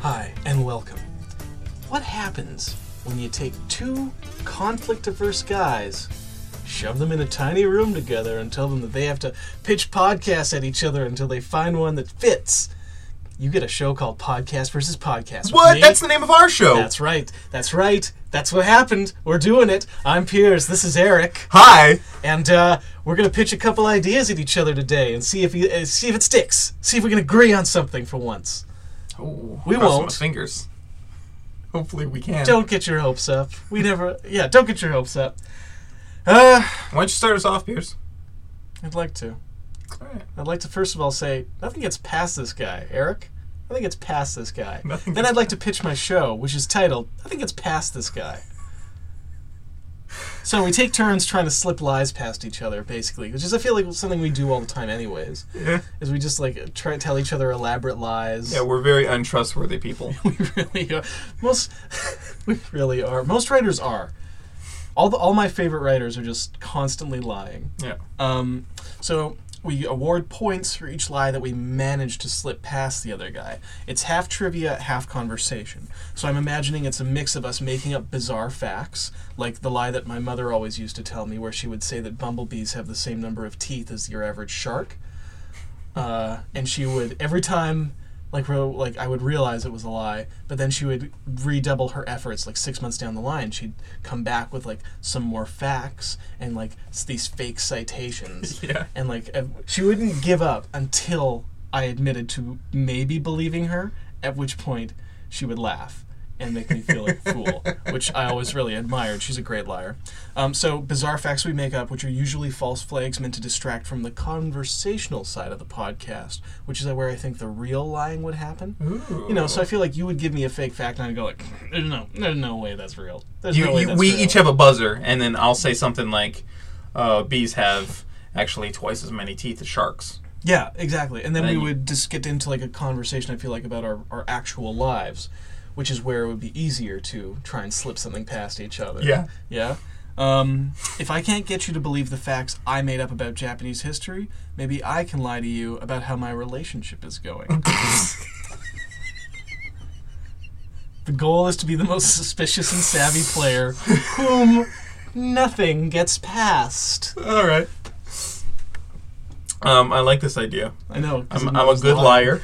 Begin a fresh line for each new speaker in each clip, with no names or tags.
Hi, and welcome. What happens when you take two conflict averse guys, shove them in a tiny room together, and tell them that they have to pitch podcasts at each other until they find one that fits? You get a show called Podcast versus Podcast. with
What?
me.
That's the name of our show.
That's right. That's right. That's what happened. We're doing it. I'm Piers. This is Eric,
Hi.
and uh, we're gonna pitch a couple ideas at each other today and see if you, uh, see if it sticks. See if we can agree on something for once. We
crossing my
won't.
Fingers. Hopefully we can.
Don't get your hopes up. We never. Yeah, don't get your hopes up. Uh,
Why don't you start us off, Pierce?
I'd like to.
All right.
I'd like to first of all say nothing gets past this guy, Eric. Nothing gets past this guy.
Nothing
then
gets
I'd like to pitch my show, which is titled "Nothing Gets Past This Guy." So we take turns trying to slip lies past each other, basically, which is I feel like something we do all the time, anyways.
Yeah.
Is we just like try to tell each other elaborate lies.
Yeah, we're very untrustworthy people.
we really are. Most we really are. Most writers are. All the, all my favorite writers are just constantly lying.
yeah.
Um, so we award points for each lie that we manage to slip past the other guy. It's half trivia, half conversation. So I'm imagining it's a mix of us making up bizarre facts, like the lie that my mother always used to tell me, where she would say that bumblebees have the same number of teeth as your average shark. Uh, and she would every time. Like, re- like I would realize it was a lie, but then she would redouble her efforts. Like six months down the line, she'd come back with like some more facts and like s- these fake citations
Yeah.
and like ev- she wouldn't give up until I admitted to maybe believing her, at which point she would laugh and make me feel like a fool, which I always really admired. She's a great liar. Um, so bizarre facts we make up, which are usually false flags meant to distract from the conversational side of the podcast, which is where I think the real lying would happen.
Ooh.
You know, so I feel like you would give me a fake fact, and I'd go like, "There's no, there's no way that's real. There's
You,
no way
you,
that's
we
real."
each have a buzzer, and then I'll say something like, uh, "Bees have actually twice as many teeth as sharks."
Yeah, exactly. And then
Then
we
you-
would just get into like a conversation, I feel like, about our, our actual lives, which is where it would be easier to try and slip something past each other.
Yeah.
Yeah. Um, if I can't get you to believe the facts I made up about Japanese history, maybe I can lie to you about how my relationship is going. the goal is to be the most suspicious and savvy player whom nothing gets past.
All right. Um, I like this idea.
I know. 'cause
I'm,
it
I'm a
knows
good
the
liar.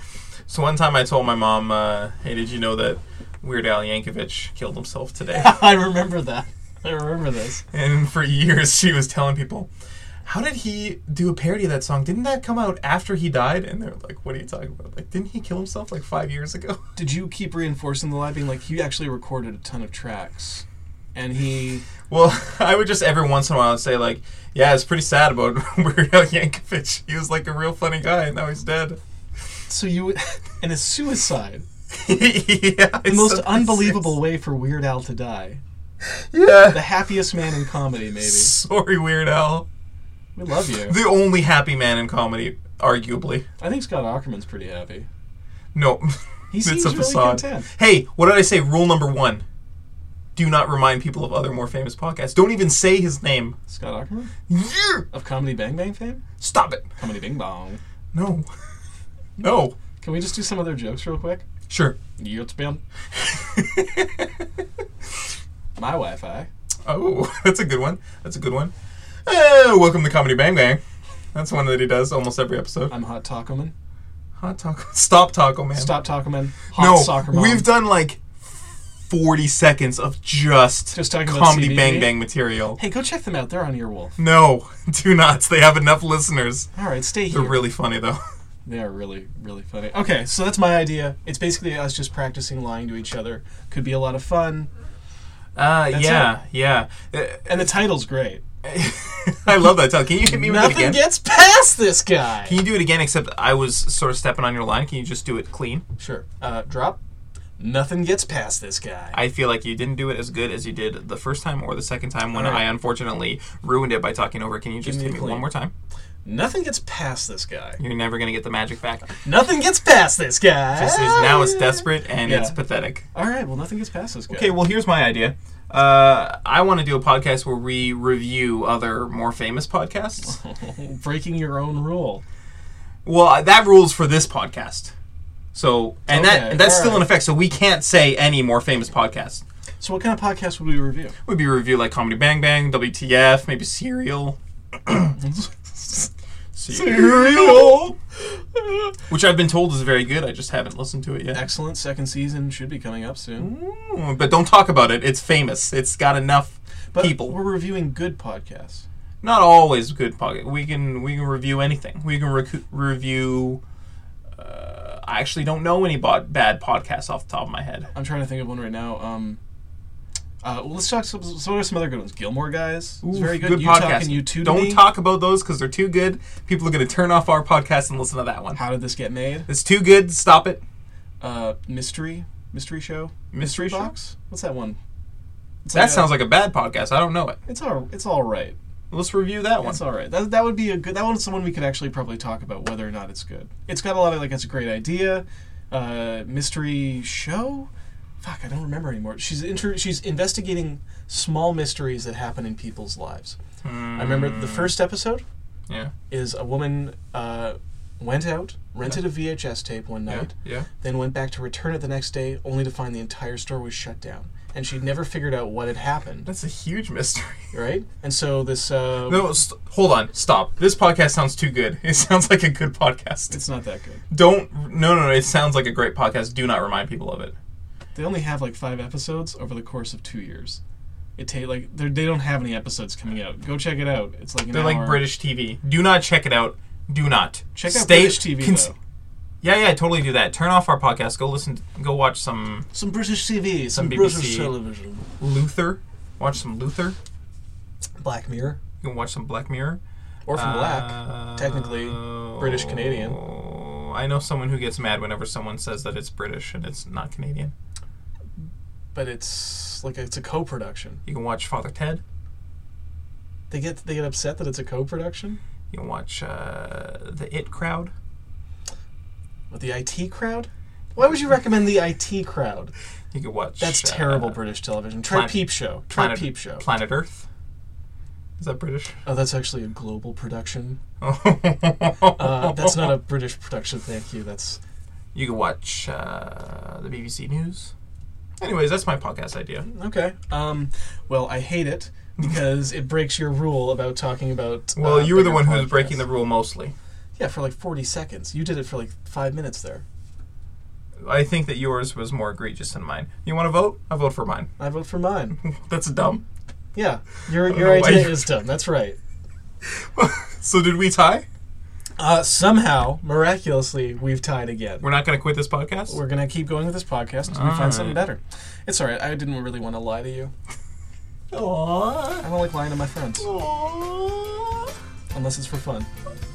so one time I told my mom, uh, "Hey, did you know that Weird Al Yankovic killed himself today?"
I remember that. I remember this.
and for years she was telling people, "How did he do a parody of that song? Didn't that come out after he died?" And they're like, "What are you talking about? Like, didn't he kill himself like five years ago?"
Did you keep reinforcing the lie, being like he actually recorded a ton of tracks, and he
Well, I would just every once in a while say like, "Yeah, it's pretty sad about Weird Al Yankovic. He was like a real funny guy, and now he's dead."
so you and his suicide,
yeah,
the most unbelievable way for Weird Al to die, the
Yeah.
happiest man in comedy, maybe.
Sorry, Weird Al.
We love you.
The only happy man in comedy, arguably.
I think Scott Ackerman's pretty happy.
No,
He
it's
seems
a
really
facade.
content.
hey, what did I say? Rule number one: Do not remind people of other more famous podcasts. Don't even say his name.
Scott Ackerman
Yeah.
of Comedy Bang Bang fame,
Stop it.
Comedy Bing Bong.
No. No.
Can we just do some other jokes real quick?
Sure.
It's been my Wi-Fi.
oh, that's a good one. That's a good one. Eh, welcome to Comedy Bang Bang. That's one that he does almost every episode.
I'm Hot Taco Man.
Hot taco. Stop taco man.
Stop Taco Man. Hot
No,
Soccer Mom.
we've done like. 40 seconds of just,
Just talking about
comedy
CBB?
bang bang material.
Hey, go check them out. They're on Earwolf.
No, do not. They have enough listeners.
All right, stay here.
They're really funny though.
They are really, really funny. Okay, so that's my idea. It's basically us just practicing lying to each other. Could be a lot of fun.
Uh,
yeah,
yeah.
And the title's great.
I love that title. Can you hit me with it
Nothing
again?
gets past this guy.
Can you do it again? Except I was sort of stepping on your line. Can you just do it clean?
sure. Uh, drop. Nothing gets past this guy.
I feel like you didn't do it as good as you did the first time or the second time when
Alright.
I unfortunately ruined it by talking over. it. Can you just
me
hit
a
me
clean.
one more time?
Nothing gets past this guy.
You're never gonna get the magic back.
Nothing gets past this guy.
This is now it's desperate and
Ah, Yeah.
it's pathetic.
All right. Well, nothing gets past this guy.
Okay, well here's my idea. Uh, I want to do a podcast where we review other more famous podcasts.
Breaking your own rule.
uh, Well, that rules for this podcast. So and that
Okay,
and that's still in
alright.
effect. So we can't say any more famous podcasts.
So what kind of podcast would we review?
Would be review like Comedy Bang Bang, WTF, maybe Serial.
Serial.
Which I've been told is very good. I just haven't listened to it yet.
Excellent second season should be coming up soon.
Ooh, but don't talk about it. It's famous. It's got enough
But
people.
we're reviewing good podcasts.
Not always good pocket. We can we can review anything. We can recu- review. Uh, I actually don't know any bod- bad podcasts off the top of my head.
I'm trying to think of one right now. Um, uh, well, let's talk. Some, so what are some other good ones? Gilmore Guys. It's
Ooh,
very good. you talk and you too.
Don't talk about those because they're too good. People are going to turn off our podcast and listen to that one.
How did this get made?
It's too good. Stop it.
Uh, mystery, mystery show,
Mystery Show?
box. What's that one? It's
That
a-
sounds like a bad podcast. I don't know it.
It's all. It's all right.
Let's review that one.
It's all right. That, that would be a good. That one's someone we could actually probably talk about whether or not it's good. It's got a lot of like it's a great idea. Uh, mystery show. Fuck, I don't remember anymore. She's inter- she's investigating small mysteries that happen in people's lives. I remember the
Mm.
first episode
Hmm, Yeah.
is a woman uh, went out, rented a VHS tape one
Yeah.
night,
Yeah.
then went back to return it the next day, only to find the entire store was shut down, and she'd never figured out what had happened.
That's a huge mystery.
Right, and so this uh,
No, st- hold on. Stop. This podcast sounds too good. It sounds like a good podcast.
it's not that good.
Don't. No, no, no. It sounds like a great podcast. Do not remind people of it.
They only have like five episodes over the course of two years. It take like they're- they don't have any episodes coming out. Go check it out. It's like an
They're like
hour.
British TV. Do not check it out. Do not
Check out
Stay-
British TV
cons-
though.
Yeah, yeah, totally do that. Turn off our podcast. Go listen. Go watch some
Some British TV, some,
BBC.
British television.
Luther. Watch some Luther.
Black Mirror,
You can watch some Black Mirror.
or from Black.
Uh,
technically British Canadian.
I know someone who gets mad whenever someone says that it's British and it's not Canadian.
But it's like it's a co-production.
You can watch Father Ted.
They get they get upset that it's a co-production
You can watch uh, the It Crowd.
with the IT crowd. Why would you recommend the IT crowd?
You can watch.
That's
uh,
terrible British television. Try
Planet-
Peep Show. Try
Planet
Peep Show.
Planet Earth. Is that British?
oh, that's actually a global production. Uh,
uh,
that's not a British production. Thank you. That's
You can watch uh, the BBC News. Anyways, that's my podcast idea.
Okay. Um, well, I hate it because it breaks your rule about talking about.
Well,
uh,
you were the
bigger
one who was
podcasts.
breaking the rule mostly.
Yeah, for like 40 seconds. You did it for like five minutes there.
I think that yours was more egregious than mine. You want to vote? I vote for mine.
I vote for mine.
That's dumb.
Yeah, your
don't
your
know why
idea
you-
is dumb. That's right.
so did we tie?
Uh, somehow, miraculously, we've tied again.
We're not going to quit this podcast.
We're gonna keep going with this podcast until we
Alright.
find something better. It's alright. I didn't really want to lie to you. I
Aww.
don't like lying to my friends
Aww.
unless it's for fun. But it's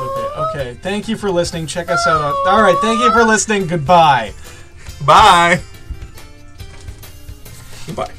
okay. Okay. Thank you for listening. Check us out. On... All right. Thank you for listening. Goodbye.
Bye. Goodbye.